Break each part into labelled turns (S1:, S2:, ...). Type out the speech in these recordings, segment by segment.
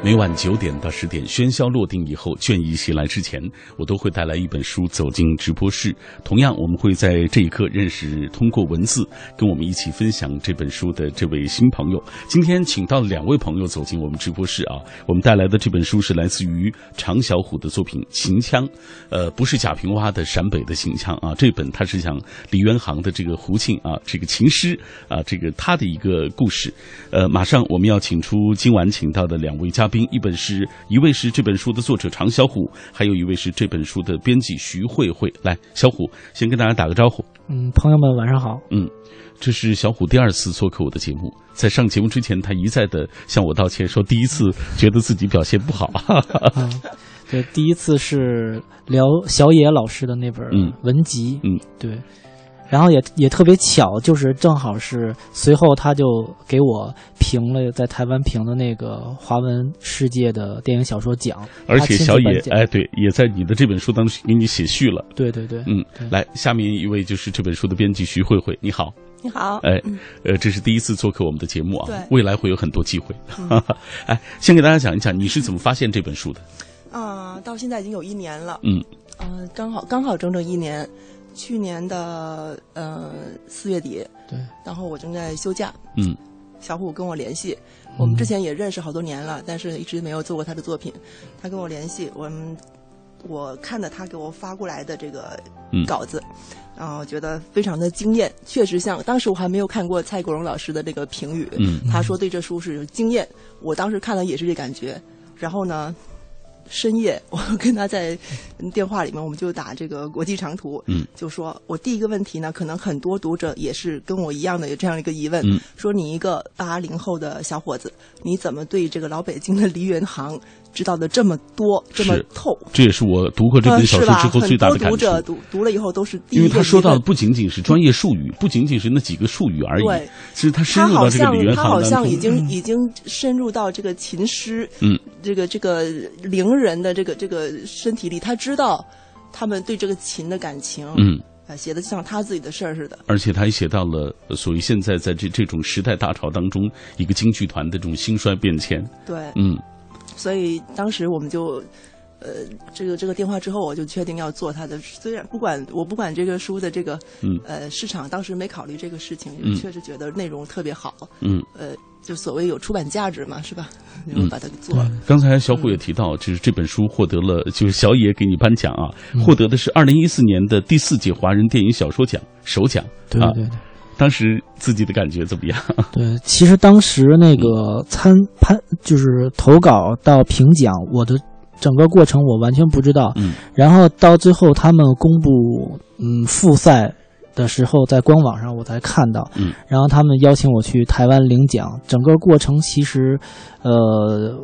S1: 每晚九点到十点，喧嚣落定以后，倦意袭来之前，我都会带来一本书走进直播室。同样，我们会在这一刻认识通过文字跟我们一起分享这本书的这位新朋友。今天请到两位朋友走进我们直播室啊，我们带来的这本书是来自于常小虎的作品《秦腔》，呃，不是贾平凹的陕北的秦腔啊，这本他是讲李元航的这个胡庆啊，这个琴师啊，这个他的一个故事。呃，马上我们要请出今晚请到的两位嘉。宾，一本是一位是这本书的作者常小虎，还有一位是这本书的编辑徐慧慧。来，小虎先跟大家打个招呼。
S2: 嗯，朋友们晚 上好。
S1: 嗯，这是小虎第二次做客我的节目，在上节目之前，他一再的向我道歉，说第一次觉得自己表现不好。
S2: 嗯、对，第一次是聊小野老师的那本文集。
S1: 嗯，嗯
S2: 对。然后也也特别巧，就是正好是随后他就给我评了在台湾评的那个华文世界的电影小说奖，
S1: 而且小野哎对，也在你的这本书当中给你写序了。
S2: 对对对，
S1: 嗯，来，下面一位就是这本书的编辑徐慧慧，你好。
S3: 你好，
S1: 哎，呃，这是第一次做客我们的节目啊，
S3: 哦嗯对，嗯
S1: 未来会有很多机会。 哎，先给大家讲一讲你是怎么发现这本书的。
S3: 啊、呃，到现在已经有一年了，
S1: 嗯，
S3: 呃，刚好刚好整整一年。去年的呃四月底，
S2: 对，
S3: 然后我正在休假，
S1: 嗯，
S3: 小虎跟我联系，我们之前也认识好多年了，但是一直没有做过他的作品，他跟我联系，我们我看的他给我发过来的这个
S1: 嗯
S3: 稿子，然后、
S1: 嗯呃、
S3: 觉得非常的惊艳，确实像当时我还没有看过蔡国荣老师的这个评语，
S1: 嗯，
S3: 他说对这书是惊艳，我当时看了也是这感觉，然后呢。深夜，我跟他在电话里面，我们就打这个国际长途，
S1: 嗯，
S3: 就说我第一个问题呢，可能很多读者也是跟我一样的有这样一个疑问，
S1: 嗯，
S3: 说你一个八零后的小伙子，你怎么对这个老北京的梨园行知道的这么多，这么透？
S1: 这也是我读过这本小说之后最大的感
S3: 触。呃、很多读者读读了以后都是第一，
S1: 因为他说到的不仅仅是专业术语，不仅仅是那几个术语而已，
S3: 嗯对，
S1: 其实他深入到这个梨园行
S3: 他好像已经、嗯、已经深入到这个琴师，
S1: 嗯，
S3: 这个这个伶人的这个这个身体里，他知道他们对这个琴的感情，
S1: 嗯。
S3: 啊，写的像他自己的事儿似的，
S1: 而且他也写到了属于现在在这这种时代大潮当中一个京剧团的这种兴衰变迁。
S3: 对，
S1: 嗯，
S3: 所以当时我们就，呃，这个这个电话之后，我就确定要做他的。虽然不管我不管这个书的这个，
S1: 嗯，
S3: 呃，市场当时没考虑这个事情，
S1: 嗯、
S3: 确实觉得内容特别好，
S1: 嗯，
S3: 呃。就所谓有出版价值嘛，是吧？然后把它给做了、
S1: 嗯。刚才小虎也提到，就是这本书获得了，就是小野给你颁奖啊，嗯、获得的是二零一四年的第四届华人电影小说奖首奖。
S2: 对对对、
S1: 啊，当时自己的感觉怎么样？
S2: 对，其实当时那个参判就是投稿到评奖，我的整个过程我完全不知道。
S1: 嗯。
S2: 然后到最后他们公布嗯复赛。的时候，在官网上我才看到，
S1: 嗯，
S2: 然后他们邀请我去台湾领奖，整个过程其实，呃，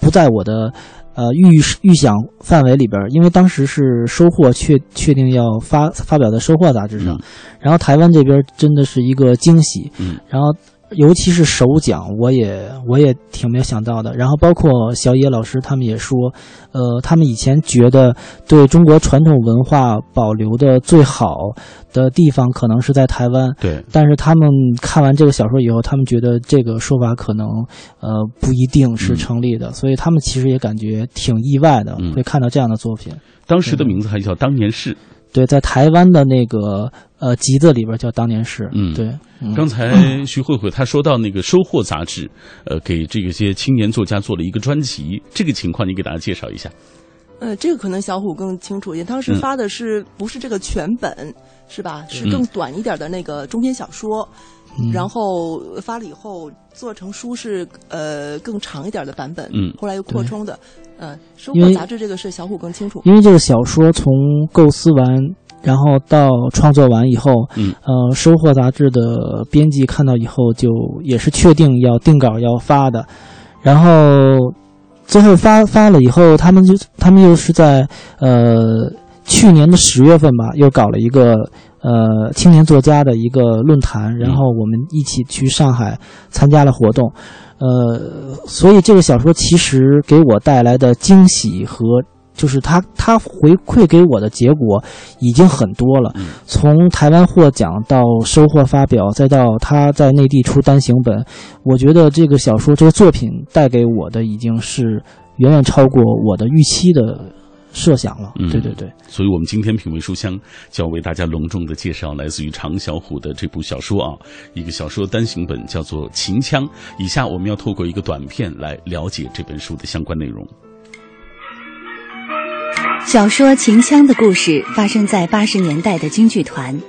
S2: 不在我的呃预预想范围里边，因为当时是收获确确定要发发表在收获杂志上，
S1: 嗯、
S2: 然后台湾这边真的是一个惊喜，
S1: 嗯，
S2: 然后尤其是首奖，我也我也挺没有想到的，然后包括小野老师他们也说，呃，他们以前觉得对中国传统文化保留的最好。的地方可能是在台湾，
S1: 对。
S2: 但是他们看完这个小说以后，他们觉得这个说法可能呃不一定是成立的，
S1: 嗯、
S2: 所以他们其实也感觉挺意外的，
S1: 嗯、
S2: 会看到这样的作品。
S1: 当时的名字还叫《当年是》。
S2: 对，在台湾的那个呃集子里边叫《当年是》。
S1: 嗯，
S2: 对。嗯、
S1: 刚 才徐慧慧她说到那个《收获》杂志，呃，给这个些青年作家做了一个专辑，这个情况你给大家介绍一下。
S3: 呃，这个可能小虎更清楚一点。当时发的是不是这个全本，是吧？是更短一点的那个中篇小说，
S2: 嗯、
S3: 然后发了以后做成书是呃更长一点的版本，
S1: 嗯，
S3: 后来又扩充的。呃，收获杂志这个是小虎更清楚，
S2: 因为这个小说从构思完。然后到创作完以后，
S1: 嗯，
S2: 呃，收获杂志的编辑看到以后，就也是确定要定稿要发的，然后最后发发了以后，他们就他们又是在呃去年的十月份吧，又搞了一个呃青年作家的一个论坛，然后我们一起去上海参加了活动，呃，所以这个小说其实给我带来的惊喜和。就是他他回馈给我的结果已经很多了，从台湾获奖到收获发表，再到他在内地出单行本，我觉得这个小说这个作品带给我的已经是远远超过我的预期的设想了。
S1: 嗯
S2: 对对对，
S1: 所以，我们今天品味书香就要为大家隆重的介绍来自于常小虎的这部小说啊，一个小说单行本叫做《秦腔》。以下我们要透过一个短片来了解这本书的相关内容。
S4: 小说《秦腔》的故事发生在八十年代的京剧团，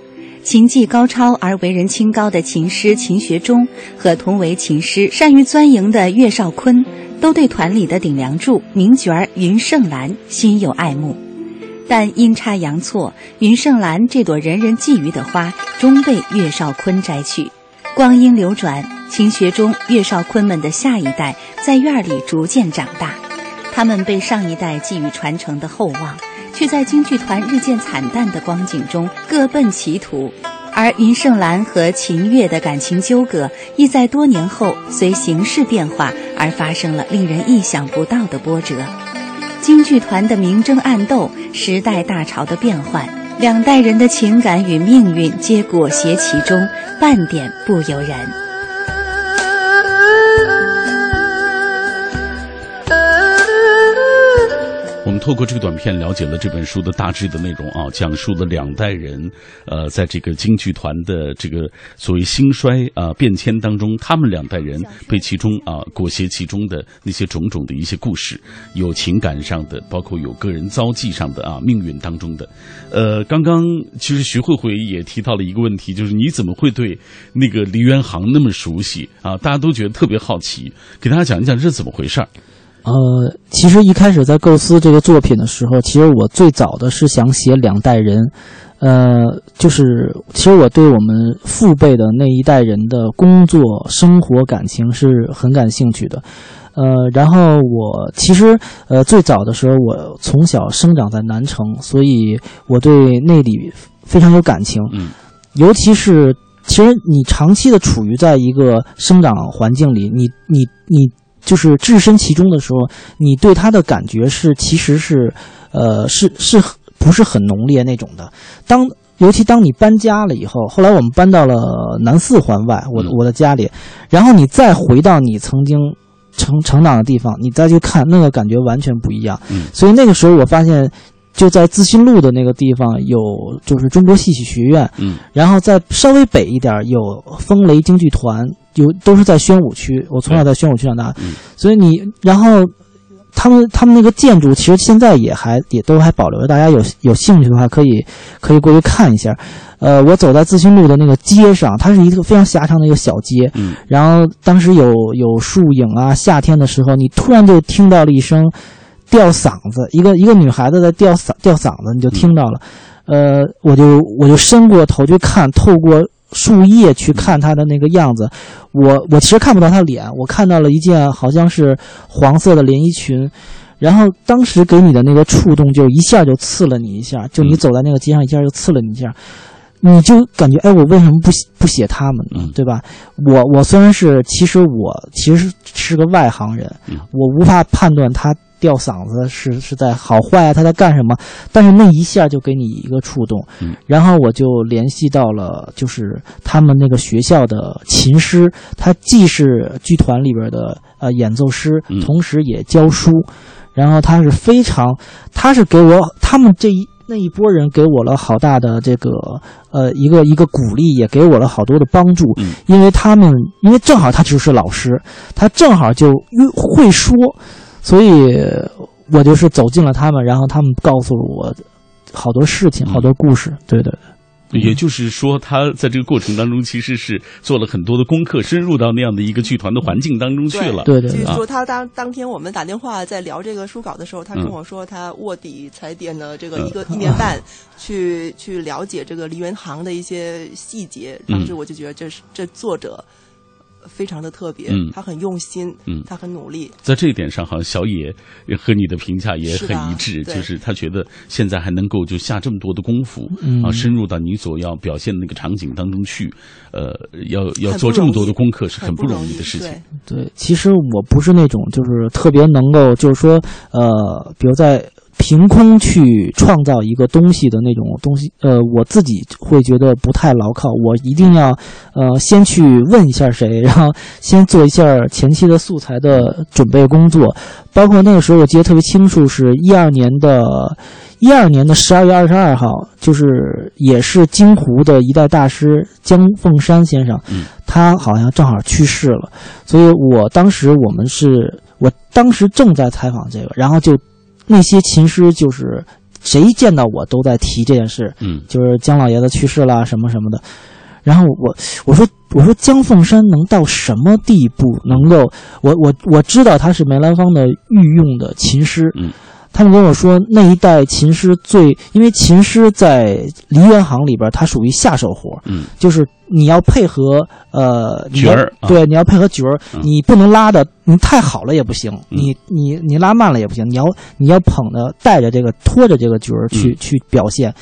S4: 琴技高超而为人清高的琴师秦学忠和同为琴师、善于钻营的岳少坤，都对团里的顶梁柱名角儿云胜兰心有爱慕。但阴差阳错，云胜兰这朵人人觊觎的花，终被岳少坤摘去。光阴流转，秦学忠、岳少坤们的下一代在院儿里逐渐长大。他们被上一代寄予传承的厚望，却在京剧团日渐惨淡的光景中各奔歧途。而云胜兰和秦月的感情纠葛，亦在多年后随形势变化而发生了令人意想不到的波折。京剧团的明争暗斗，时代大潮的变换，两代人的情感与命运皆裹挟其中，半点不由然。
S1: 我们透过这个短片了解了这本书的大致的内容啊，讲述了两代人，呃，在这个京剧团的这个所谓兴衰啊、变迁当中，他们两代人被其中啊、裹挟其中的那些种种的一些故事，有情感上的，包括有个人遭际上的啊，命运当中的。呃，刚刚其实徐慧慧也提到了一个问题，就是你怎么会对那个梨园行那么熟悉啊？大家都觉得特别好奇，给大家讲一讲这是怎么回事儿。
S2: 呃，其实一开始在构思这个作品的时候，其实我最早的是想写两代人，呃，就是其实我对我们父辈的那一代人的工作、生活、感情是很感兴趣的。呃，然后我其实呃最早的时候，我从小生长在南城，所以我对那里非常有感情。
S1: 嗯，
S2: 尤其是其实你长期的处于在一个生长环境里，你你你就是置身其中的时候，你对它的感觉是其实是呃是是不是很浓烈那种的。当尤其当你搬家了以后，后来我们搬到了南四环外，我的
S1: 嗯
S2: 我的家里，然后你再回到你曾经成成长的地方，你再去看那个感觉完全不一样。
S1: 嗯
S2: 所以那个时候我发现，就在自新路的那个地方有就是中国戏曲学院，
S1: 嗯，
S2: 然后再稍微北一点儿有风雷京剧团，有都是在宣武区，我从小在宣武区长大，
S1: 嗯
S2: 所以你然后。他们他们那个建筑其实现在也还也都还保留着，大家有有兴趣的话可以可以过去看一下。呃，我走在自新路的那个街上，它是一个非常狭长的一个小街，
S1: 嗯，
S2: 然后当时有有树影啊，夏天的时候，你突然就听到了一声吊嗓子，一个一个女孩子在吊嗓吊嗓子，你就听到了。呃，我就我就伸过头去看，透过树叶
S1: 嗯
S2: 去看她的那个样子，我我其实看不到她脸，我看到了一件好像是黄色的连衣裙。然后当时给你的那个触动，就一下就刺了你一下，就你
S1: 嗯
S2: 走在那个街上，一下就刺了你一下，你就感觉哎，我为什么不写不写他们呢
S1: 嗯？
S2: 对吧？我我虽然是，其实我其实是个外行人，
S1: 嗯
S2: 我无法判断他吊嗓子是是在好坏啊，他在干什么。但是那一下就给你一个触动，
S1: 嗯
S2: 然后我就联系到了，就是他们那个学校的琴师，他既是剧团里边的呃演奏师
S1: 嗯，
S2: 同时也教书，然后他是非常，他是给我他们这一。那一波人给我了好大的这个呃一个一个鼓励，也给我了好多的帮助，
S1: 嗯
S2: 因为他们因为正好他就是老师，他正好就又会说，所以我就是走进了他们，然后他们告诉了我好多事情，
S1: 嗯
S2: 好多故事。对对对，
S3: 嗯
S1: 也就是说，他在这个过程当中其实是做了很多的功课，深入到那样的一个剧团的环境当中去了。
S2: 对对
S3: 据
S2: 对
S3: 说他当当天我们打电话在聊这个书稿的时候，
S1: 嗯
S3: 他跟我说他卧底才点了这个一个一年半，去去了解这个梨园行的一些细节。
S1: 嗯
S3: 当时我就觉得这是这作者非常的特别
S1: 嗯，
S3: 他很用心
S1: 嗯，
S3: 他很努力。
S1: 在这一点上，好像小野和你的评价也
S3: 是
S1: 很
S3: 的
S1: 一致，
S3: 对
S1: 就是他觉得现在还能够就下这么多的功夫、
S2: 嗯
S1: 啊，深入到你所要表现的那个场景当中去，呃，要要
S3: 很
S1: 做
S3: 不
S1: 这么
S3: 容
S1: 多
S3: 易
S1: 的功课是很
S3: 不
S1: 容
S3: 易
S1: 易的事情。
S3: 对
S2: 对，其实我不是那种就是特别能够，就是说呃，比如在凭空去创造一个东西的那种东西，呃，我自己会觉得不太牢靠。我一定要，呃，先去问一下谁，然后先做一下前期的素材的准备工作。包括那个时候，我记得特别清楚，是一二年的，一二年的十二月二十二号，就是也是京胡的一代大师江凤山先生，
S1: 嗯
S2: 他好像正好去世了，所以我当时我们是我当时正在采访这个，然后就那些琴师就是谁见到我都在提这件事，
S1: 嗯
S2: 就是姜老爷子去世啦什么什么的。然后我我说我说姜凤山能到什么地步能够我我我知道他是梅兰芳的御用的琴师，
S1: 嗯
S2: 他们跟我说那一代琴师最因为琴师在梨园行里边它属于下手活，
S1: 嗯
S2: 就是你要配合呃你
S1: 角
S2: 要
S1: 儿啊
S2: 对，你要配合角儿，
S1: 嗯
S2: 你不能拉的你太好了也不行，
S1: 嗯
S2: 你你你拉慢了也不行，你要你要捧着带着这个拖着这个角儿去、
S1: 嗯
S2: 去表现，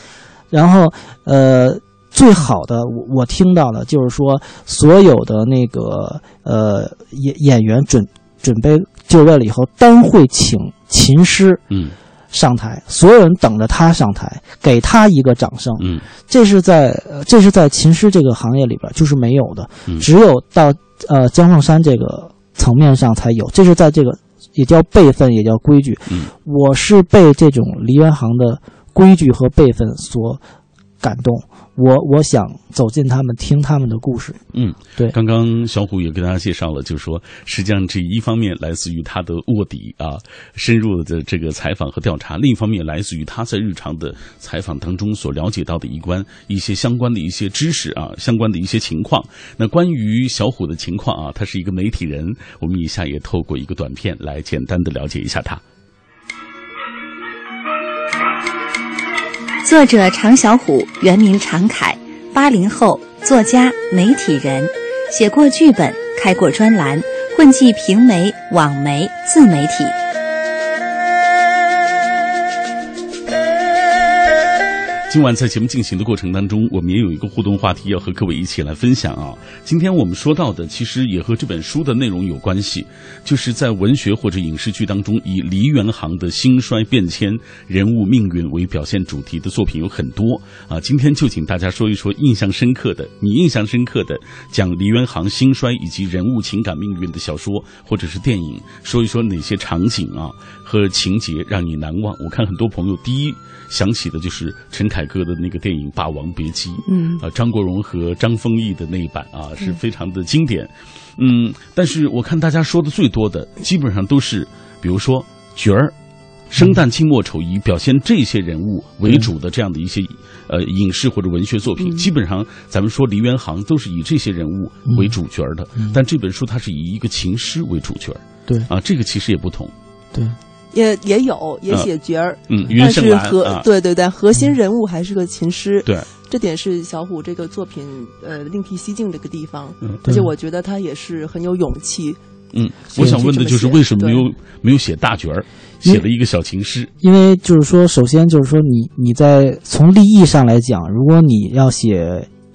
S2: 然后呃。最好的，我我听到的就是说，所有的那个呃演演员准准备就位了以后，单会请琴师
S1: 嗯
S2: 上台，所有人等着他上台，给他一个掌声。
S1: 嗯
S2: 这是在呃这是在琴师这个行业里边就是没有的，
S1: 嗯
S2: 只有到呃江凤山这个层面上才有。这是在这个也叫辈分，也叫规矩。
S1: 嗯
S2: 我是被这种梨园行的规矩和辈分所感动，我我想走进他们，听他们的故事。
S1: 嗯，
S2: 对
S1: 刚刚小虎也给大家介绍了，就是说，实际上这一方面来自于他的卧底啊，深入的这个采访和调查；另一方面来自于他在日常的采访当中所了解到的一关一些相关的一些知识啊，相关的一些情况。那关于小虎的情况啊，他是一个媒体人，我们以下也透过一个短片来简单的了解一下他。
S4: 作者常小虎，原名常凯，八零后，作家、媒体人，写过剧本，开过专栏，混迹平媒、网媒、自媒体。
S1: 今晚在节目进行的过程当中，我们也有一个互动话题要和各位一起来分享啊。今天我们说到的，其实也和这本书的内容有关系，就是在文学或者影视剧当中，以梨园行的兴衰变迁、人物命运为表现主题的作品有很多啊。今天就请大家说一说印象深刻的，你印象深刻的讲梨园行兴衰以及人物情感命运的小说或者是电影，说一说哪些场景啊和情节让你难忘。我看很多朋友第一想起的就是陈凯歌的那个电影《霸王别姬》，
S3: 嗯
S1: 呃，张国荣和张丰毅的那一版啊，是非常的经典。嗯，但是我看大家说的最多的，基本上都是，比如说角儿。生旦净末丑乙表现这些人物为主的这样的一些呃影视或者文学作品，基本上咱们说梨园行都是以这些人物为主角的，但这本书它是以一个琴师为主角
S2: 对
S1: 啊，这个其实也不同。
S2: 对，
S3: 也也有也写角儿，
S1: 嗯，云
S3: 但
S1: 胜
S3: 是
S1: 兰
S3: 核、
S1: 啊，
S3: 对对，但核心人物还是个琴师。
S1: 对，
S3: 这点是小虎这个作品呃另辟蹊径这个地方，
S1: 嗯
S3: 而且我觉得他也是很有勇气。
S1: 嗯，我想问的就是为什么没有没有写大角儿，
S2: 因
S1: 写
S2: 为
S1: 了一个小情诗？
S2: 因为就是说，首先就是说你，你在从立意上来讲，如果你要写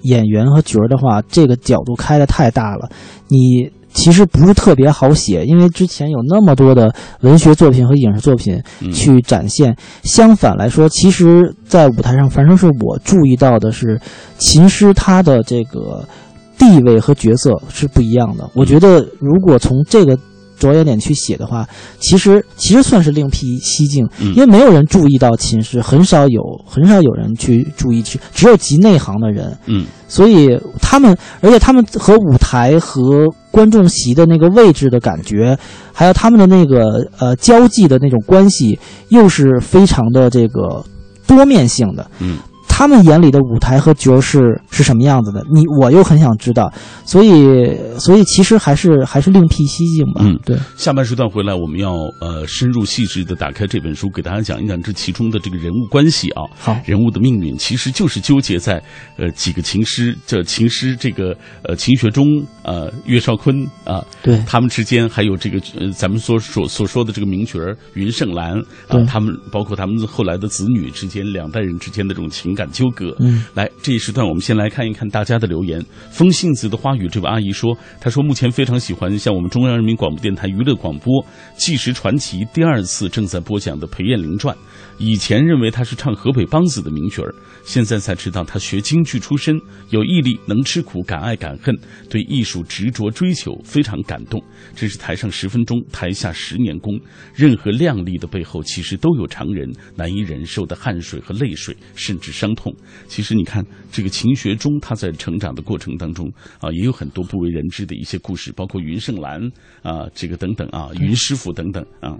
S2: 演员和角儿的话，这个角度开的太大了，你其实不是特别好写，因为之前有那么多的文学作品和影视作品
S1: 嗯
S2: 去展现。相反来说，其实，在舞台上，反正是我注意到的是，琴师他的这个地位和角色是不一样
S1: 嗯
S2: 的。我觉得，如果从这个着眼点去写的话，其实其实算是另辟蹊径，
S1: 嗯
S2: 因为没有人注意到琴师，很少有很少有人去注意去，只有极内行的人，
S1: 嗯
S2: 所以他们，而且他们和舞台和观众席的那个位置的感觉，还有他们的那个呃交际的那种关系，又是非常的这个多面性的。
S1: 嗯，
S2: 他们眼里的舞台和角儿是是什么样子的？你我又很想知道，所以所以其实还是还是另辟蹊径吧。
S1: 嗯
S2: 对，
S1: 下半时段回来，我们要呃深入细致的打开这本书，给大家讲一讲这其中的这个人物关系啊，
S2: 好，
S1: 人物的命运其实就是纠结在呃几个琴师，这琴师这个呃秦学忠呃岳少坤啊、
S2: 对
S1: 他们之间还有这个呃咱们所所所说的这个名角儿云胜兰啊、
S2: 对
S1: 他们包括他们后来的子女之间两代人之间的这种情感感纠葛。
S2: 嗯，
S1: 来这一时段，我们先来看一看大家的留言。风信子的花语，这位阿姨说，她说目前非常喜欢像我们中央人民广播电台娱乐广播《纪实传奇》第二次正在播讲的裴艳玲传。以前认为她是唱河北梆子的名角儿，现在才知道她学京剧出身，有毅力，能吃苦，敢爱敢恨，对艺术执着追求，非常感动。真是台上十分钟，台下十年功。任何靓丽的背后，其实都有常人难以忍受的汗水和泪水，甚至伤痛。其实你看，这个秦学忠他在成长的过程当中啊，也有很多不为人知的一些故事，包括云胜兰啊，这个等等啊，云师傅等等啊。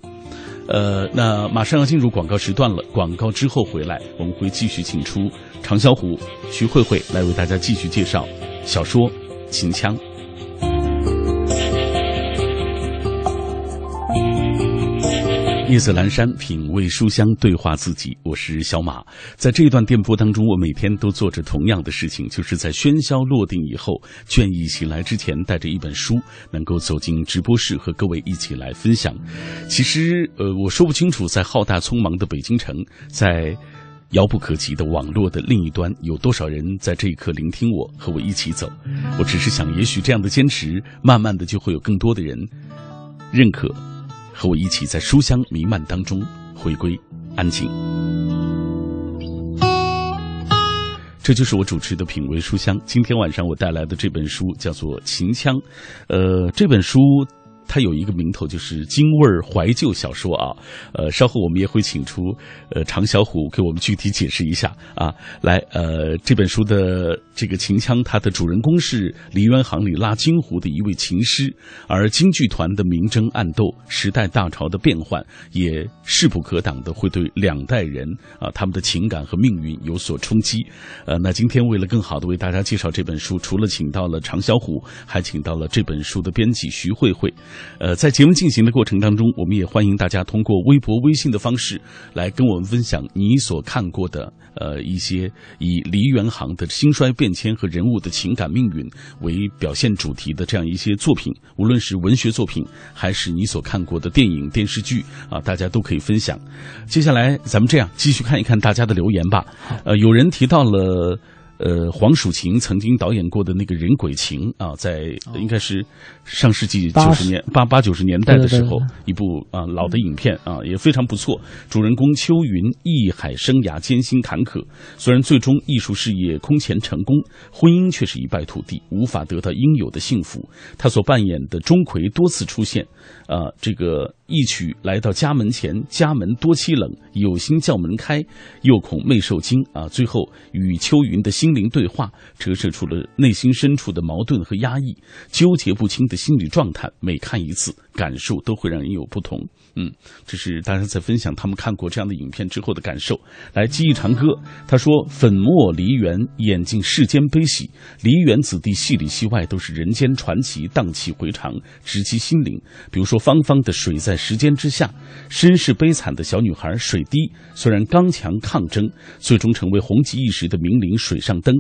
S1: 呃，那马上要进入广告时段了，广告之后回来，我们会继续请出常小虎、徐慧慧来为大家继续介绍小说《秦腔》。夜色阑珊，品味书香，对话自己。我是小马，在这一段电波当中，我每天都做着同样的事情，就是在喧嚣落定以后，倦意袭来之前，带着一本书，能够走进直播室，和各位一起来分享。其实，呃，我说不清楚，在浩大匆忙的北京城，在。遥不可及的网络的另一端，有多少人在这一刻聆听我，和我一起走？我只是想，也许这样的坚持，慢慢的就会有更多的人认可，和我一起在书香弥漫当中回归安静。这就是我主持的品味书香。今天晚上我带来的这本书叫做《秦腔》，呃，这本书。它有一个名头，就是京味儿怀旧小说啊。呃，稍后我们也会请出呃常小虎给我们具体解释一下啊。来，呃，这本书的这个秦腔，它的主人公是梨园行里拉京胡的一位琴师，而京剧团的明争暗斗、时代大潮的变换，也势不可挡的会对两代人啊他们的情感和命运有所冲击。呃，那今天为了更好的为大家介绍这本书，除了请到了常小虎，还请到了这本书的编辑徐慧慧。呃，在节目进行的过程当中，我们也欢迎大家通过微博、微信的方式来跟我们分享你所看过的呃一些以梨园行的兴衰变迁和人物的情感命运为表现主题的这样一些作品，无论是文学作品还是你所看过的电影、电视剧啊，大家都可以分享。接下来咱们这样继续看一看大家的留言吧。呃，有人提到了。呃，黄蜀芹曾经导演过的那个《人鬼情》啊，在
S2: 哦
S1: 应该是上世纪九十年八八九十年代的时候，
S2: 对对
S1: 一部啊老的影片啊也非常不错。主人公秋云艺海生涯艰辛坎坷，虽然最终艺术事业空前成功，婚姻却是一败涂地，无法得到应有的幸福。他所扮演的钟馗多次出现，啊，这个一曲来到家门前，家门多凄冷，有心叫门开，又恐妹受惊啊。最后与秋云的心灵对话，折射出了内心深处的矛盾和压抑，纠结不清的心理状态。每看一次，感受都会让人有不同。嗯，这是大家在分享他们看过这样的影片之后的感受。来，记忆长歌，他说：“粉墨梨园，演尽世间悲喜。梨园子弟戏里戏外都是人间传奇，荡气回肠，直击心灵。比如说芳芳的《水在时间之下》，身世悲惨的小女孩水滴，虽然刚强抗争，最终成为红极一时的名伶水上灯。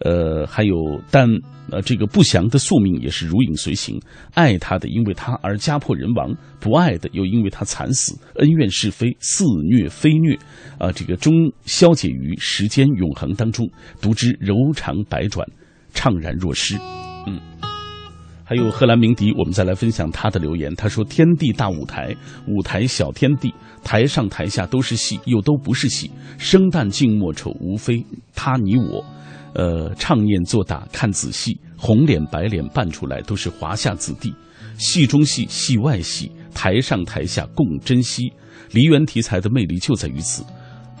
S1: 呃，还有但。”呃，这个不祥的宿命也是如影随形。爱他的，因为他而家破人亡；不爱的，又因为他惨死。恩怨是非，似虐非虐，啊、这个终消解于时间永恒当中。读之柔肠百转，怅然若失。还有荷兰鸣笛，我们再来分享他的留言。他说：“天地大舞台，舞台小天地，台上台下都是戏，又都不是戏。生旦净末丑，无非他你我。呃，唱念做打看仔细，红脸白脸扮出来都是华夏子弟。戏中戏，戏外戏，台上台下共珍惜。梨园题材的魅力就在于此。”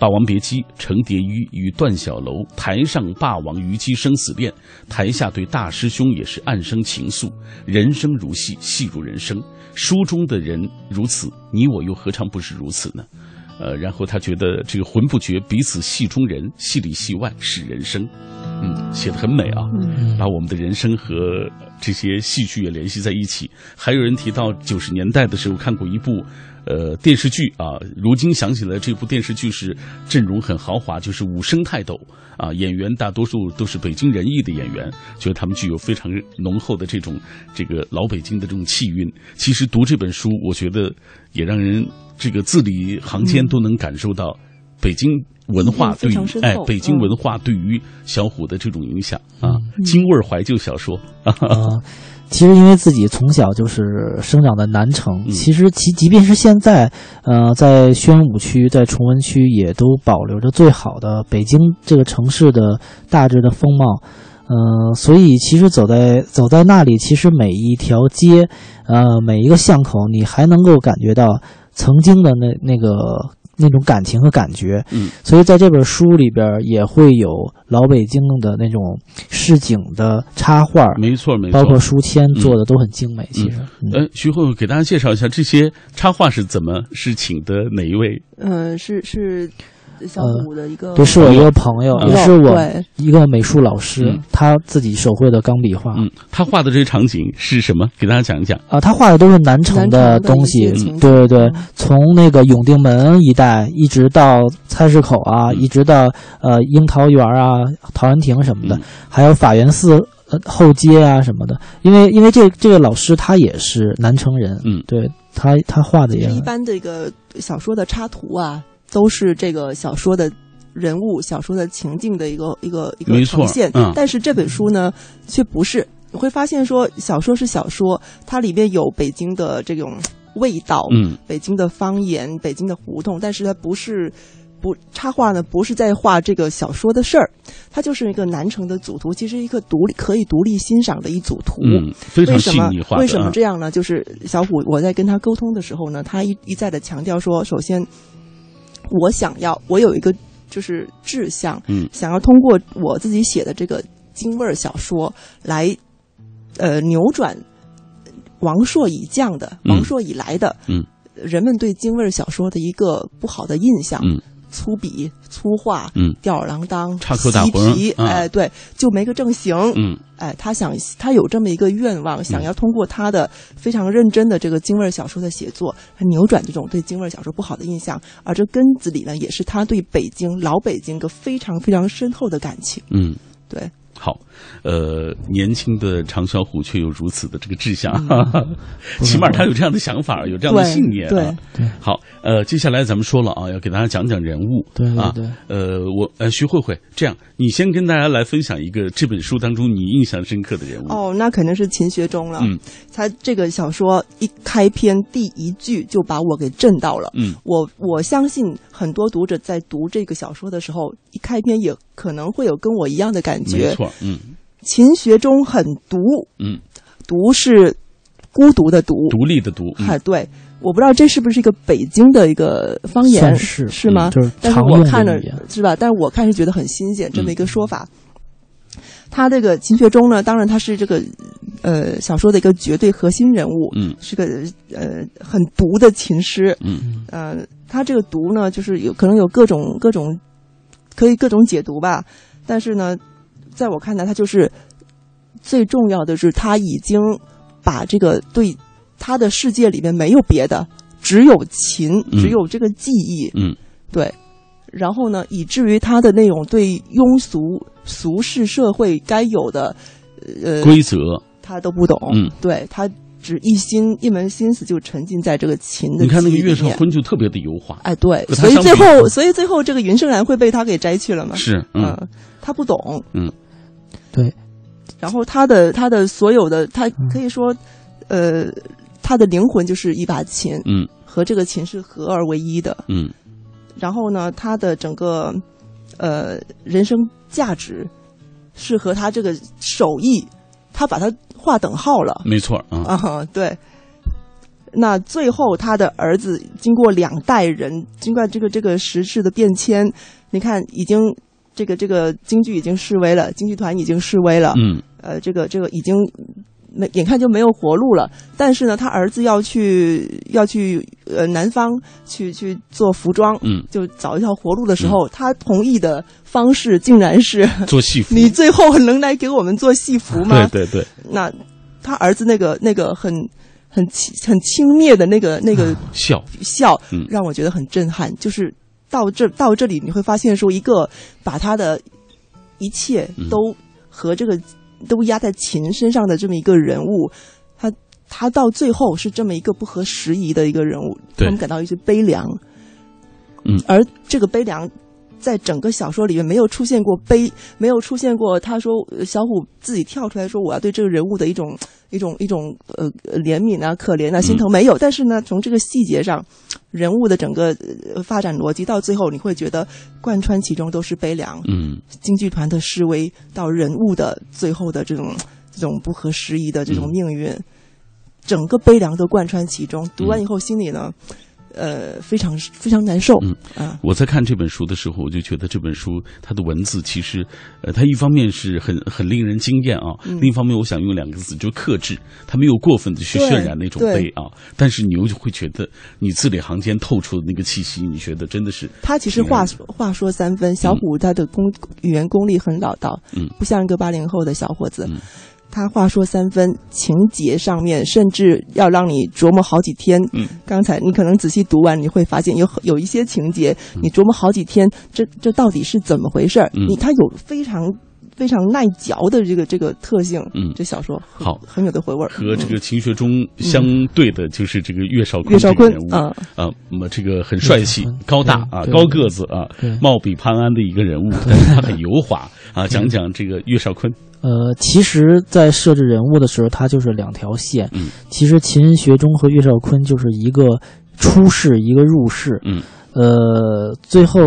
S1: 《霸王别姬》程蝶衣与段小楼，台上霸王虞姬生死恋，台下对大师兄也是暗生情愫。人生如戏，戏如人生。书中的人如此，你我又何尝不是如此呢？呃，然后他觉得这个魂不绝，彼此戏中人，戏里戏外是人生。嗯，写的很美啊，把我们的人生和这些戏剧也联系在一起。还有人提到九十年代的时候看过一部。呃，电视剧啊，如今想起来，这部电视剧是阵容很豪华，就是武生泰斗啊，演员大多数都是北京人艺的演员，觉得他们具有非常浓厚的这种这个老北京的这种气韵。其实读这本书，我觉得也让人这个字里行间都能感受到北京文化对
S3: 非常
S1: 于
S3: 深
S1: 哎
S3: 厚嗯
S1: 北京文化对于小虎的这种影响啊，京味儿怀旧小说 啊，
S2: 啊，其实因为自己从小就是生长在南城，
S1: 嗯
S2: 其实其即便是现在，呃，在宣武区、在崇文区也都保留着最好的北京这个城市的大致的风貌。呃，所以其实走在走在那里，其实每一条街，呃，每一个巷口，你还能够感觉到曾经的那那个那种感情和感觉。
S1: 嗯，
S2: 所以在这本书里边儿也会有老北京的那种市井的插画儿，
S1: 没错没错
S2: 包。括书签做的都很精美，其实。嗯
S1: 嗯呃，徐慧给大家介绍一下这些插画是怎么是请的哪一位？
S3: 嗯，是是小虎的一
S1: 呃
S3: 个
S2: 对，是我一个朋友，
S1: 嗯
S2: 也是我
S3: 对
S2: 一个美术老师
S1: 嗯，
S2: 他自己手绘的钢笔
S3: 啊
S2: 画
S1: 嗯，他画的这些场景是什么？给大家讲一
S3: 哦
S1: 讲。
S2: 啊，他画的都是南城的
S3: 南城的
S2: 东西
S3: 一些情，景
S2: 对对对
S3: 嗯，
S2: 从那个永定门一带一直到菜市口啊，
S1: 嗯
S2: 一直到呃樱桃园啊、陶然亭什么的
S1: 嗯，
S2: 还有法源寺。呃后街啊什么的，因为因为这这个老师他也是南城人，
S1: 嗯
S2: 对他他画的
S3: 就
S2: 也
S3: 是一般的一个小说的插图啊，都是这个小说的人物、小说的情境的一个一个一
S1: 没
S3: 个
S1: 错
S3: 呈现。
S1: 嗯
S3: 但是这本书呢，却不是。你会发现说，小说是小说，它里面有北京的这种味道，
S1: 嗯，
S3: 北京的方言、北京的胡同，但是它不是。不插画呢，不是在画这个小说的事儿，它就是一个南城的组图，其实一个独立可以独立欣赏的一组图。
S1: 嗯，非常
S3: 为什
S1: 细
S3: 么
S1: 腻化的。
S3: 为什么
S1: 啊
S3: 这样呢？就是小虎，我在跟他沟通的时候呢，他一一再的强调说，首先我想要，我有一个就是志向，
S1: 嗯
S3: 想要通过我自己写的这个京味儿小说来，呃，扭转王朔以降的、
S1: 嗯
S3: 王朔以来的，
S1: 嗯，
S3: 人们对京味儿小说的一个不好的印象，
S1: 嗯
S3: 粗鄙、粗话，
S1: 嗯
S3: 吊儿郎当、
S1: 插科打诨
S3: 嬉皮，
S1: 啊
S3: 哎，对，就没个正形，
S1: 嗯
S3: 哎，他想他有这么一个愿望，想要通过他的非常认真的这个京味儿小说的写作，来扭转这种对京味儿小说不好的印象。而这根子里呢，也是他对北京老北京一个非常非常深厚的感情。
S1: 嗯。
S3: 对，
S1: 好，呃，年轻的常小虎却有如此的这个志向，哈哈， 起码他有这样的想法，有这样的
S3: 嗯对
S1: 信念、啊。
S3: 对
S1: 好，呃，接下来咱们说了啊，要给大家讲讲人物，
S2: 对对
S1: 啊，
S2: 对
S1: 呃，我呃，徐慧慧，这样，你先跟大家来分享一个这本书当中你印象深刻的人物，
S3: 哦，那肯定是秦学忠了。
S1: 嗯，
S3: 他这个小说一开篇第一句就把我给震到了。
S1: 嗯，
S3: 我我相信很多读者在读这个小说的时候，一开篇也可能会有跟我一样的感
S1: 没
S3: 觉。
S1: 错，嗯
S3: 秦学忠很独，
S1: 嗯，
S3: 独是孤独的独，
S1: 独立的独，嗯
S3: 哎，对，我不知道这是不是一个北京的一个方言
S2: 算，是嗯
S3: 是吗？
S2: 就是
S3: 但是
S2: 常
S3: 我
S2: 用
S3: 看
S2: 的
S3: 着
S2: 语言。
S3: 是吧？但是我看是觉得很新鲜这么一个说法。
S1: 嗯
S3: 他这个秦学忠呢，当然他是这个呃小说的一个绝对核心人物，
S1: 嗯
S3: 是个呃很毒的琴师，
S1: 嗯
S3: 呃，他这个毒呢，就是有可能有各种各种可以各种解读吧，但是呢，在我看来，他就是最重要的是他已经把这个对他的世界里面没有别的，只有琴，
S1: 嗯
S3: 只有这个技艺，
S1: 嗯
S3: 对，然后呢，以至于他的那种对庸俗俗世社会该有的，呃，
S1: 嗯规则，
S3: 他都不懂。
S1: 嗯，
S3: 对他只一心一门心思就沉浸在这个琴的
S1: 你看那个
S3: 记忆里
S1: 岳少
S3: 面
S1: 坤就特别的油滑，
S3: 哎，对，
S1: 和他
S3: 所以
S1: 相
S3: 最
S1: 比嗯
S3: 后，所以最后这个云盛兰会被他给摘去了嘛？
S1: 是，嗯
S3: 嗯，他不懂，
S1: 嗯，
S2: 对。
S3: 然后他的他的所有的，他可以说，呃，他的灵魂就是一把琴，
S1: 嗯
S3: 和这个琴是合而为一的。
S1: 嗯
S3: 然后呢，他的整个呃人生价值是和他这个手艺，他把它划等号了
S1: 没错啊，
S3: 啊，对。那最后，他的儿子经过两代人，经过这个这个时势的变迁，你看，已经这个这个京剧已经示威了，京剧团已经示威了，
S1: 嗯
S3: 呃，这个这个已经没眼看就没有活路了。但是呢，他儿子要去要去呃南方去去做服装，
S1: 嗯，
S3: 就找一条活路的时候，他同意的方式竟然是
S1: 做戏服，
S3: 你最后能来给我们做戏服吗
S1: 对？对对，
S3: 那他儿子那个那个很很轻很轻蔑的那个那个
S1: 笑，
S3: 笑
S1: 啊嗯，
S3: 让我觉得很震撼。就是到这到这里，你会发现说，一个把他的一切
S1: 嗯
S3: 都和这个都压在琴身上的这么一个人物，他他到最后是这么一个不合时宜的一个人物，
S1: 对
S3: 他们感到一些悲凉。
S1: 嗯
S3: 而这个悲凉。在整个小说里面没有出现过悲，没有出现过他说呃小虎自己跳出来说我要对这个人物的一种一种一种呃怜悯啊、可怜啊、心疼没有。但是呢，从这个细节上，人物的整个呃发展逻辑到最后，你会觉得贯穿其中都是悲凉。
S1: 嗯
S3: 京剧团的示威到人物的最后的这种这种不合时宜的这种
S1: 嗯
S3: 命运，整个悲凉都贯穿其中。读完以后，心里呢，呃，非常非常难受。
S1: 嗯
S3: 啊，
S1: 我在看这本书的时候，我就觉得这本书它的文字其实，呃，它一方面是很很令人惊艳啊，
S3: 嗯
S1: 另一方面我想用两个字，就是克制，它没有过分的去
S3: 对
S1: 渲染那种
S3: 对
S1: 悲啊，但是你又会觉得你字里行间透出的那个气息，你觉得真的是
S3: 他其
S1: 嗯
S3: 实话说话说三分，小虎他的功语言功力很老道，
S1: 嗯
S3: 不像一个八零后的小伙子。
S1: 嗯
S3: 他话说三分，情节上面甚至要让你琢磨好几天。
S1: 嗯，
S3: 刚才你可能仔细读完，你会发现有有一些情节，你琢磨好几天，这这到底是怎么回事儿？
S1: 嗯
S3: 你他有非常非常耐嚼的这个这个特性。
S1: 嗯
S3: 这小说很
S1: 好
S3: 很有的回味儿。
S1: 和这
S3: 嗯
S1: 个秦学忠相对的，就是这个岳少
S3: 岳
S1: 坤
S3: 少
S1: 这个
S3: 坤
S1: 人物
S3: 啊，
S1: 啊，那么这个很帅气
S2: 岳少、坤
S1: 高大
S2: 对
S1: 啊、
S2: 对
S1: 高个子啊
S2: 对，
S1: 貌比潘安的一个人物，但是他很油滑啊。讲讲这个岳少坤，
S2: 呃，其实，在设置人物的时候，它就是两条线。
S1: 嗯
S2: 其实秦学忠和岳少坤就是一个出世，一个入世。
S1: 嗯，
S2: 呃，最后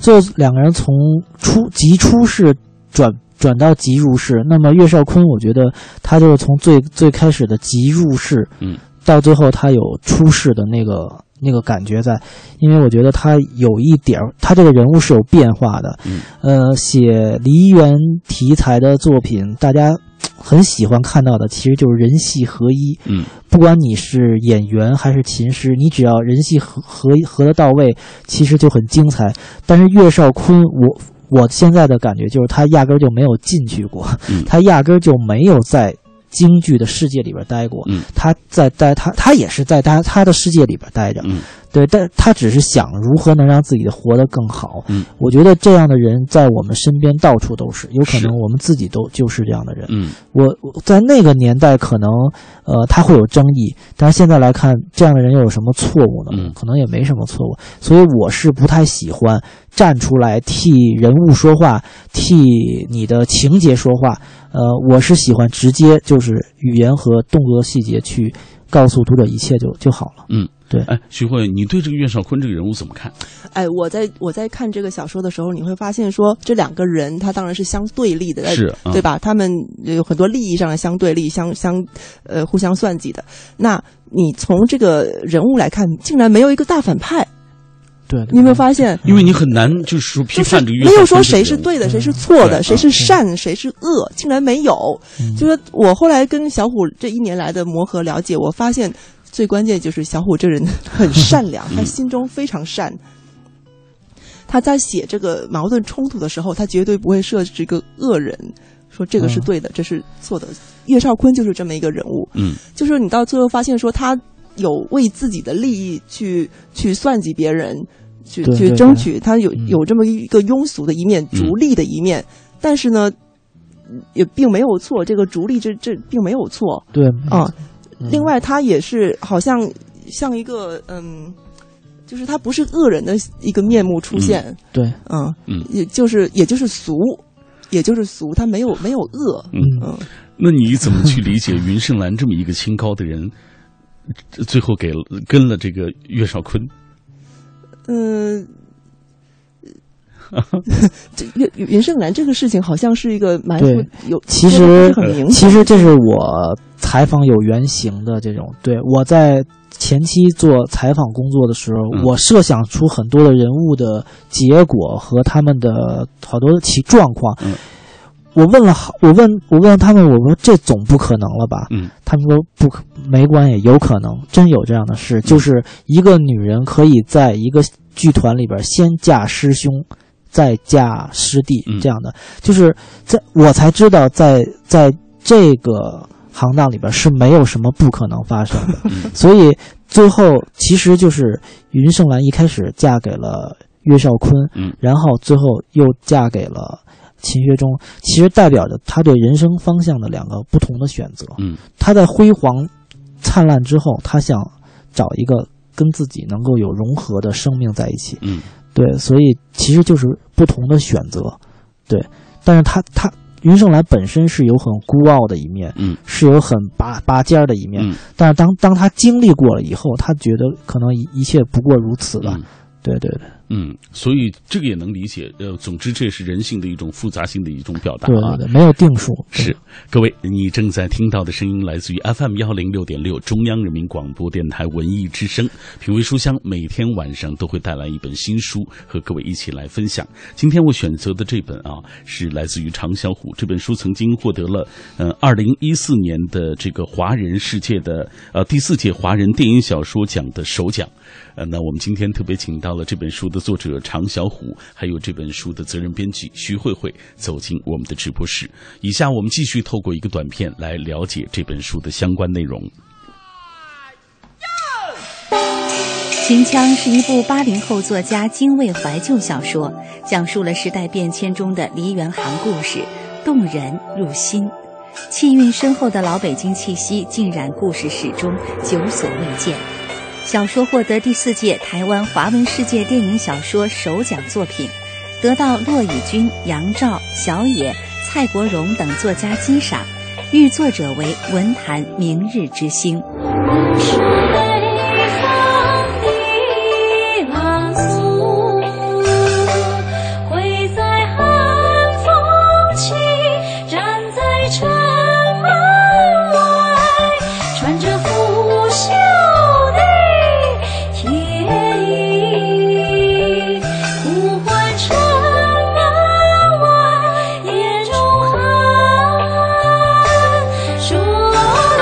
S2: 这两个人从出即出世转转到即入世。那么岳少坤，我觉得他就是从最最开始的即入世，
S1: 嗯，
S2: 到最后他有出世的那个那个感觉在，因为我觉得他有一点儿，他这个人物是有变化的。
S1: 嗯，
S2: 呃，写梨园题材的作品，大家。嘖很喜欢看到的，其实就是人戏合一。
S1: 嗯，
S2: 不管你是演员还是琴师，你只要人戏合合合的到位，其实就很精彩。但是岳少坤，我我现在的感觉就是他压根儿就没有进去过，
S1: 嗯
S2: 他压根儿就没有在京剧的世界里边待过。
S1: 嗯
S2: 他在待他他也是在他他的世界里边待着，
S1: 嗯
S2: 对，但他只是想如何能让自己活得更好。
S1: 嗯
S2: 我觉得这样的人在我们身边到处都是，有可
S1: 是
S2: 能我们自己都就是这样的人。
S1: 嗯
S2: 我我在那个年代可能呃他会有争议，但是现在来看，这样的人又有什么错误呢？
S1: 嗯
S2: 可能也没什么错误，所以我是不太喜欢站出来替人物说话，替你的情节说话。呃，我是喜欢直接就是语言和动作细节去告诉读者一切就就好了。
S1: 嗯，
S2: 对
S1: 哎，徐慧，你对这个岳少坤这个人物怎么看？
S3: 哎，我在我在看这个小说的时候，你会发现说，这两个人他当然是相对立的，呃
S1: 是啊
S3: 对吧？他们有很多利益上的相对立，相相呃互相算计的。那你从这个人物来看，竟然没有一个大反派，
S2: 对，
S3: 你有没有发现？
S1: 因为你很难就是说批
S3: 就是
S1: 判这个岳少
S3: 没
S1: 坤
S3: 有说
S1: 这个
S3: 谁是
S1: 人物
S3: 对的，谁是错
S1: 对
S3: 的，谁
S1: 嗯
S3: 是善，谁是恶，竟然没有。就说我后来跟小虎这一年来的磨合了解，我发现最关键就是小虎这人 很善良，
S1: 嗯
S3: 他心中非常善。他在写这个矛盾冲突的时候，他绝对不会设置一个恶人，说这个是
S2: 嗯
S3: 对的，这是错的。岳少坤就是这么一个人物，
S1: 嗯
S3: 就是你到最后发现说他有为自己的利益去去算计别人，去
S2: 对
S3: 去
S2: 对
S3: 争
S2: 对
S3: 取，他有
S2: 嗯
S3: 有这么一个庸俗的一面，
S1: 嗯
S3: 逐利的一面，但是呢，也并没有错，这个逐利这这并没有错
S2: 对
S3: 啊。
S2: 嗯
S3: 另外，他也是好像像一个嗯。就是他不是恶人的一个面目出现，
S2: 对，
S3: 嗯，
S1: 嗯
S3: 也就是也就是俗，也就是俗，他没有没有恶，
S1: 嗯，
S3: 嗯，
S1: 那你怎么去理解云胜兰这么一个清高的人，这最后给了跟了这个岳少坤？
S3: 嗯，这云云胜兰这个事情好像是一个蛮
S2: 对
S3: 有有，
S2: 其实呃
S3: 这个不是很明显
S2: 其实这是我采访有原型的这种，对我在前期做采访工作的时候，
S1: 嗯
S2: 我设想出很多的人物的结果和他们的好多的其状况。
S1: 嗯
S2: 我问了好，我问我问他们，我说这总不可能了吧？
S1: 嗯
S2: 他们说不可，没关系，有可能，真有这样的事，就是一个女人可以在一个剧团里边先嫁师兄，再嫁师弟
S1: 嗯
S2: 这样的，就是在我才知道在在这个行当里边是没有什么不可能发生的，
S1: 嗯
S2: 所以最后其实就是云胜兰一开始嫁给了岳少坤，
S1: 嗯
S2: 然后最后又嫁给了秦学忠，其实代表着他对人生方向的两个不同的选择。
S1: 嗯
S2: 他在辉煌灿烂之后，他想找一个跟自己能够有融合的生命在一起。
S1: 嗯，
S2: 对，所以其实就是不同的选择，对。但是他他云盛来本身是有很孤傲的一面，
S1: 嗯，
S2: 是有很拔拔尖儿的一面。
S1: 嗯
S2: 但是当当他经历过了以后，他觉得可能一一切不过如此吧。
S1: 嗯
S2: 对对对
S1: 嗯，所以这个也能理解。呃，总之这也是人性的一种复杂性的一种表达
S2: 对
S1: 啊
S2: 对。对，没有定数。对
S1: 是，嗯各位，你正在听到的声音来自于 FM 幺零六点六中央人民广播电台文艺之声，品味书香，每天晚上都会带来一本新书和各位一起来分享。今天我选择的这本啊，是来自于常小虎这本书，曾经获得了呃二零一四年的这个华人世界的呃第四届华人电影小说奖的首奖。呃，那我们今天特别请到了这本书的作者常小虎，还有这本书的责任编辑徐慧慧走进我们的直播室。以下我们继续透过一个短片来了解这本书的相关内容。
S4: 秦腔是一部八零后作家精卫怀旧小说，讲述了时代变迁中的梨园行故事，动人入心。气韵深厚的老北京气息浸染故事始终，久所未见。小说获得第四届台湾华文世界电影小说首奖作品，得到骆以军、杨照、小野、蔡国荣等作家欣赏，誉作者为文坛明日之星。
S5: 水上的浪速，会在寒风起，站在城门外，穿着腐朽的铁衣，呼唤城门外夜中寒，说来。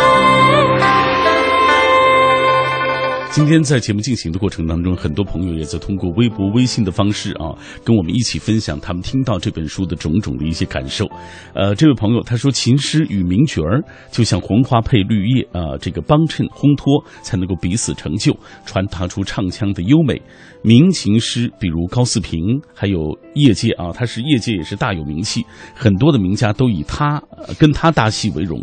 S1: 今天在节目进行的过程当中，很多朋友也在通过微博、微信的方式啊，跟我们一起分享他们听到这本书的种种的一些感受。呃，这位朋友他说，琴诗与名角儿就像红花配绿叶啊、这个帮衬烘托才能够彼此成就，传达出唱腔的优美。名琴师比如高四平，还有业界啊，他是业界也是大有名气，很多的名家都以他、呃跟他搭戏为荣。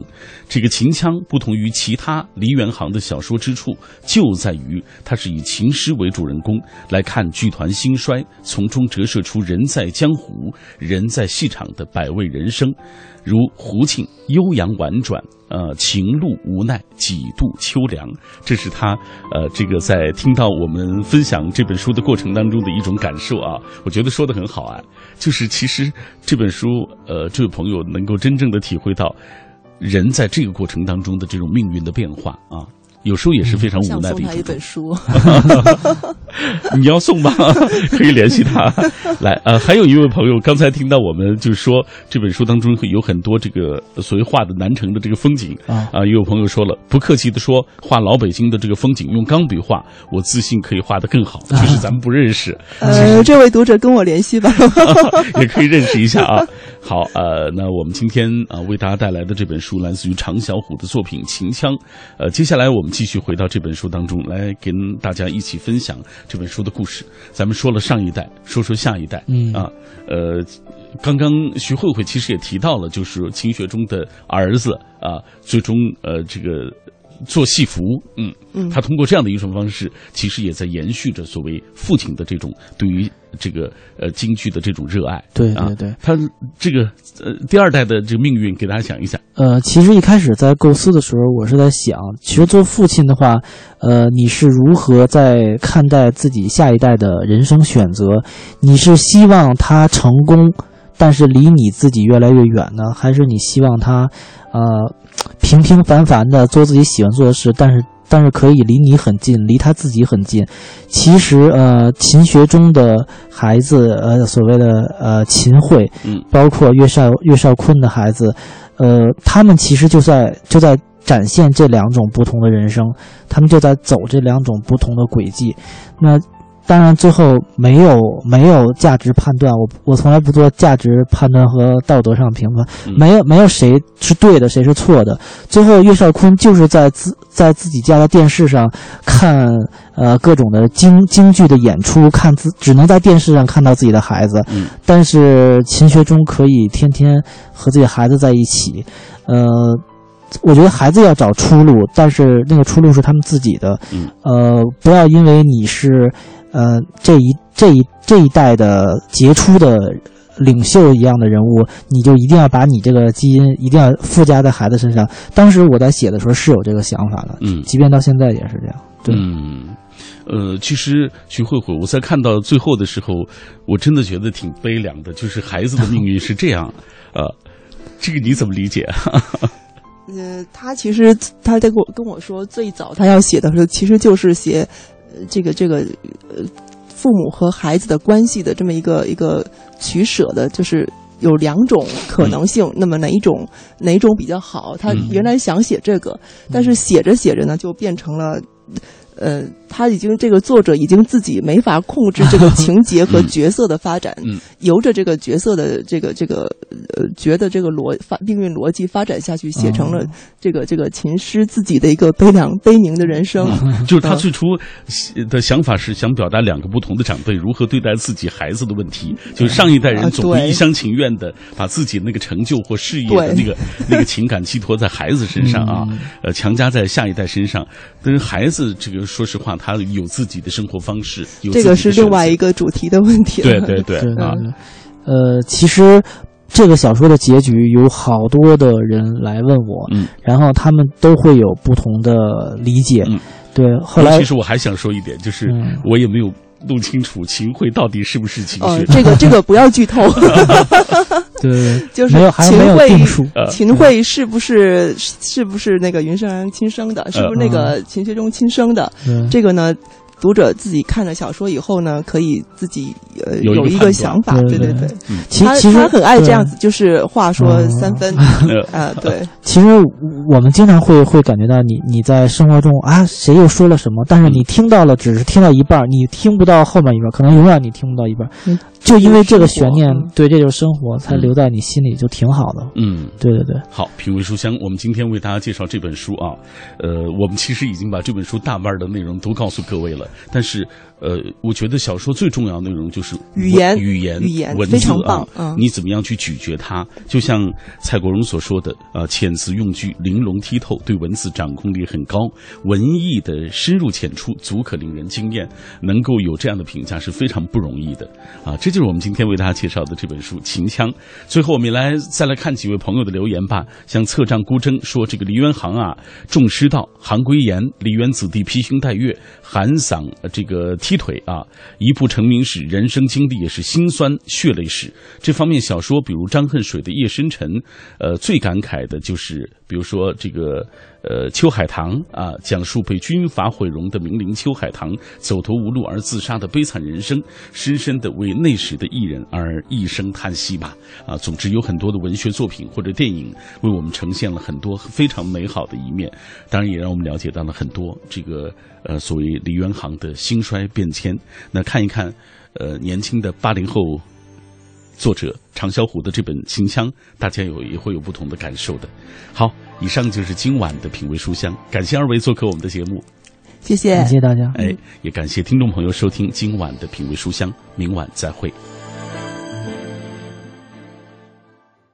S1: 这个秦腔不同于其他呃梨园行的小说之处，就在于它是以琴师为主人公来看剧团兴衰，从中折射出人在江湖、人在戏场的百味人生，如胡庆悠扬婉转。呃，情路无奈，几度秋凉，这是他呃，这个在听到我们分享这本书的过程当中的一种感受啊，我觉得说的很好啊，就是其实这本书，呃，这位朋友能够真正的体会到人在这个过程当中的这种命运的变化啊，有时候也是非常无
S3: 嗯想
S1: 奈的
S3: 送
S1: 一
S3: 他一
S1: 种状态
S3: 本 书，
S1: 你要送吗？ 可以联系他。来，呃，还有一位朋友刚才听到我们就说这本书当中会有很多这个所谓画的南城的这个风景
S2: 啊
S1: 啊，也有朋友说了，不客气的说，画老北京的这个风景用钢笔画，我自信可以画得更好，就是咱们不认识，
S3: 呃，这位读者跟我联系吧。
S1: 也可以认识一下啊。好，呃，那我们今天啊、为大家带来的这本书来自于常小虎的作品《秦腔》，呃，接下来我们继续回到这本书当中来跟大家一起分享这本书的故事。咱们说了上一代，说说下一代，
S2: 嗯
S1: 啊，呃。刚刚徐慧慧其实也提到了，就是秦学忠的儿子啊，最终呃这个做戏服，嗯，
S3: 嗯
S1: 他通过这样的一种方式，其实也在延续着所谓父亲的这种对于这个呃京剧的这种热爱。
S2: 对
S1: 啊
S2: 对对。
S1: 他这个呃第二代的这个命运，给大家讲一讲。
S2: 呃，其实一开始在构思的时候，我是在想，其实做父亲的话，呃，你是如何在看待自己下一代的人生选择？你是希望他成功，但是离你自己越来越远呢，还是你希望他，呃，平平凡凡的做自己喜欢做的事，但是但是可以离你很近，离他自己很近？其实，呃，秦学中的孩子，呃，所谓的呃秦桧，
S1: 嗯，
S2: 包括岳少岳少坤的孩子，呃，他们其实就在就在展现这两种不同的人生，他们就在走这两种不同的轨迹。那当然，最后没有没有价值判断，我我从来不做价值判断和道德上评判，
S1: 嗯
S2: 没有没有谁是对的，谁是错的。最后，岳少坤就是在自在自己家的电视上看呃各种的京京剧的演出，看自只能在电视上看到自己的孩子，
S1: 嗯
S2: 但是秦学忠可以天天和自己的孩子在一起，呃，我觉得孩子要找出路，但是那个出路是他们自己的，
S1: 嗯
S2: 呃，不要因为你是呃这一这一这一代的杰出的领袖一样的人物，你就一定要把你这个基因一定要附加在孩子身上。当时我在写的时候是有这个想法的，
S1: 嗯
S2: 即便到现在也是这样。对，
S1: 嗯，呃，其实徐慧慧，我在看到最后的时候，我真的觉得挺悲凉的，就是孩子的命运是这样，呃，这个你怎么理解？啊
S3: 呃，他其实他在跟我跟我说，最早他要写的时候，其实就是写呃这个这个呃父母和孩子的关系的这么一个一个取舍的，就是有两种可能性，那么哪一种哪一种比较好？他
S1: 嗯
S3: 原来想写这个，但是写着写着呢，就变成了。呃，他已经这个作者已经自己没法控制 这个情节和
S1: 嗯
S3: 角色的发展，
S1: 嗯
S3: 由着这个角色的这个这个呃，觉得这个逻发命运逻辑发展下去，写成了
S2: 哦
S3: 这个这个琴师自己的一个悲凉悲鸣的人生。
S1: 就是他最初的想法是想表达两个不同的长辈如何对待自己孩子的问题，就是上一代人
S3: 啊
S1: 总会
S3: 对
S1: 一厢情愿的把自己那个成就或事业的
S3: 对 嗯
S1: 那个那个情感寄托在孩子身上啊，呃，强加在下一代身上。但是孩子这个，说实话，他有自己的生活方式，有
S3: 这个是另外一
S1: 个
S3: 个主题的问题
S1: 对
S3: 了。
S1: 对对
S2: 对对
S1: 啊，
S2: 对，呃，其实这个小说的结局有好多的人来问我，
S1: 嗯
S2: 然后他们都会有不同的理解。
S1: 嗯
S2: 对，后
S1: 尤
S2: 来
S1: 其是我还想说一点，就是
S2: 嗯
S1: 我也没有弄清楚秦桧到底是不是秦
S3: 呃
S1: 雪，。
S3: 这个这个不要 剧透，
S2: 对对对
S3: 就是
S2: 没有还
S3: 秦
S2: 没有
S3: 桧
S2: 定数。
S1: 呃
S3: 秦桧是不是是不是那个云上阳亲生的？是不是那
S1: 呃嗯
S3: 个秦学忠亲生的？
S2: 对
S3: 这个呢，读者自己看了小说以后呢，可以自己呃
S1: 有一个
S3: 有一
S1: 判断
S3: 个想法。
S2: 对
S3: 对对
S2: 对
S3: 对，
S2: 其
S3: 他
S2: 其实
S3: 他很爱
S2: 对
S3: 这样子，就是话说
S2: 嗯
S3: 三 分
S1: 呃
S3: 啊， 对。
S2: 其实我们经常会会感觉到你你在生活中啊，谁又说了什么，但是
S1: 嗯
S2: 你听到了，只是听到一半儿，你听不到后面一半儿，可能永远你听不到一半儿
S3: 嗯，
S2: 就因为这个
S3: 这就是
S2: 悬
S3: 生活
S2: 念
S3: 嗯，
S2: 对，这就是生活，才
S1: 嗯
S2: 留在你心里就挺好的。
S1: 嗯。
S2: 对对对，
S1: 好，品味书香，我们今天为大家介绍这本书啊，呃，我们其实已经把这本书大半的内容都告诉各位了，但是，呃，我觉得小说最重要的内容就是
S3: 语
S1: 文
S3: 言
S1: 语言、
S3: 语言
S1: 文字
S3: 非常
S1: 啊
S3: 棒嗯
S1: 你怎么样去咀嚼它？就像蔡国荣所说的，呃，遣词用句玲珑剔透，对文字掌控力很高，文艺的深入浅出，足可令人惊艳。能够有这样的评价是非常不容易的啊！这就是我们今天为大家介绍的这本书《秦腔》。最后，我们也来再来看几位朋友的留言吧。像侧杖孤征说，这个黎元行啊，重师道；韩归言，黎元子弟披星戴月；韩昃呃这个踢腿啊，一部成名史，人生经历也是辛酸血泪史。这方面小说，比如张恨水的《夜深沉》，呃，最感慨的就是，比如说这个呃邱海棠啊，讲述被军阀毁容的名伶邱海棠走投无路而自杀的悲惨人生，深深的为那时的艺人而一声叹息吧。啊，总之有很多的文学作品或者电影为我们呈现了很多非常美好的一面，当然也让我们了解到了很多这个呃所谓梨园行的兴衰变迁。那看一看，呃，年轻的八零后作者常小虎的这本《秦腔》，大家有也会有不同的感受的。好，以上就是今晚的品味书香，感谢二位做客我们的节目，哎
S3: 谢谢，
S2: 感谢大家。
S1: 哎，也感谢听众朋友收听今晚的品味书香，明晚再会。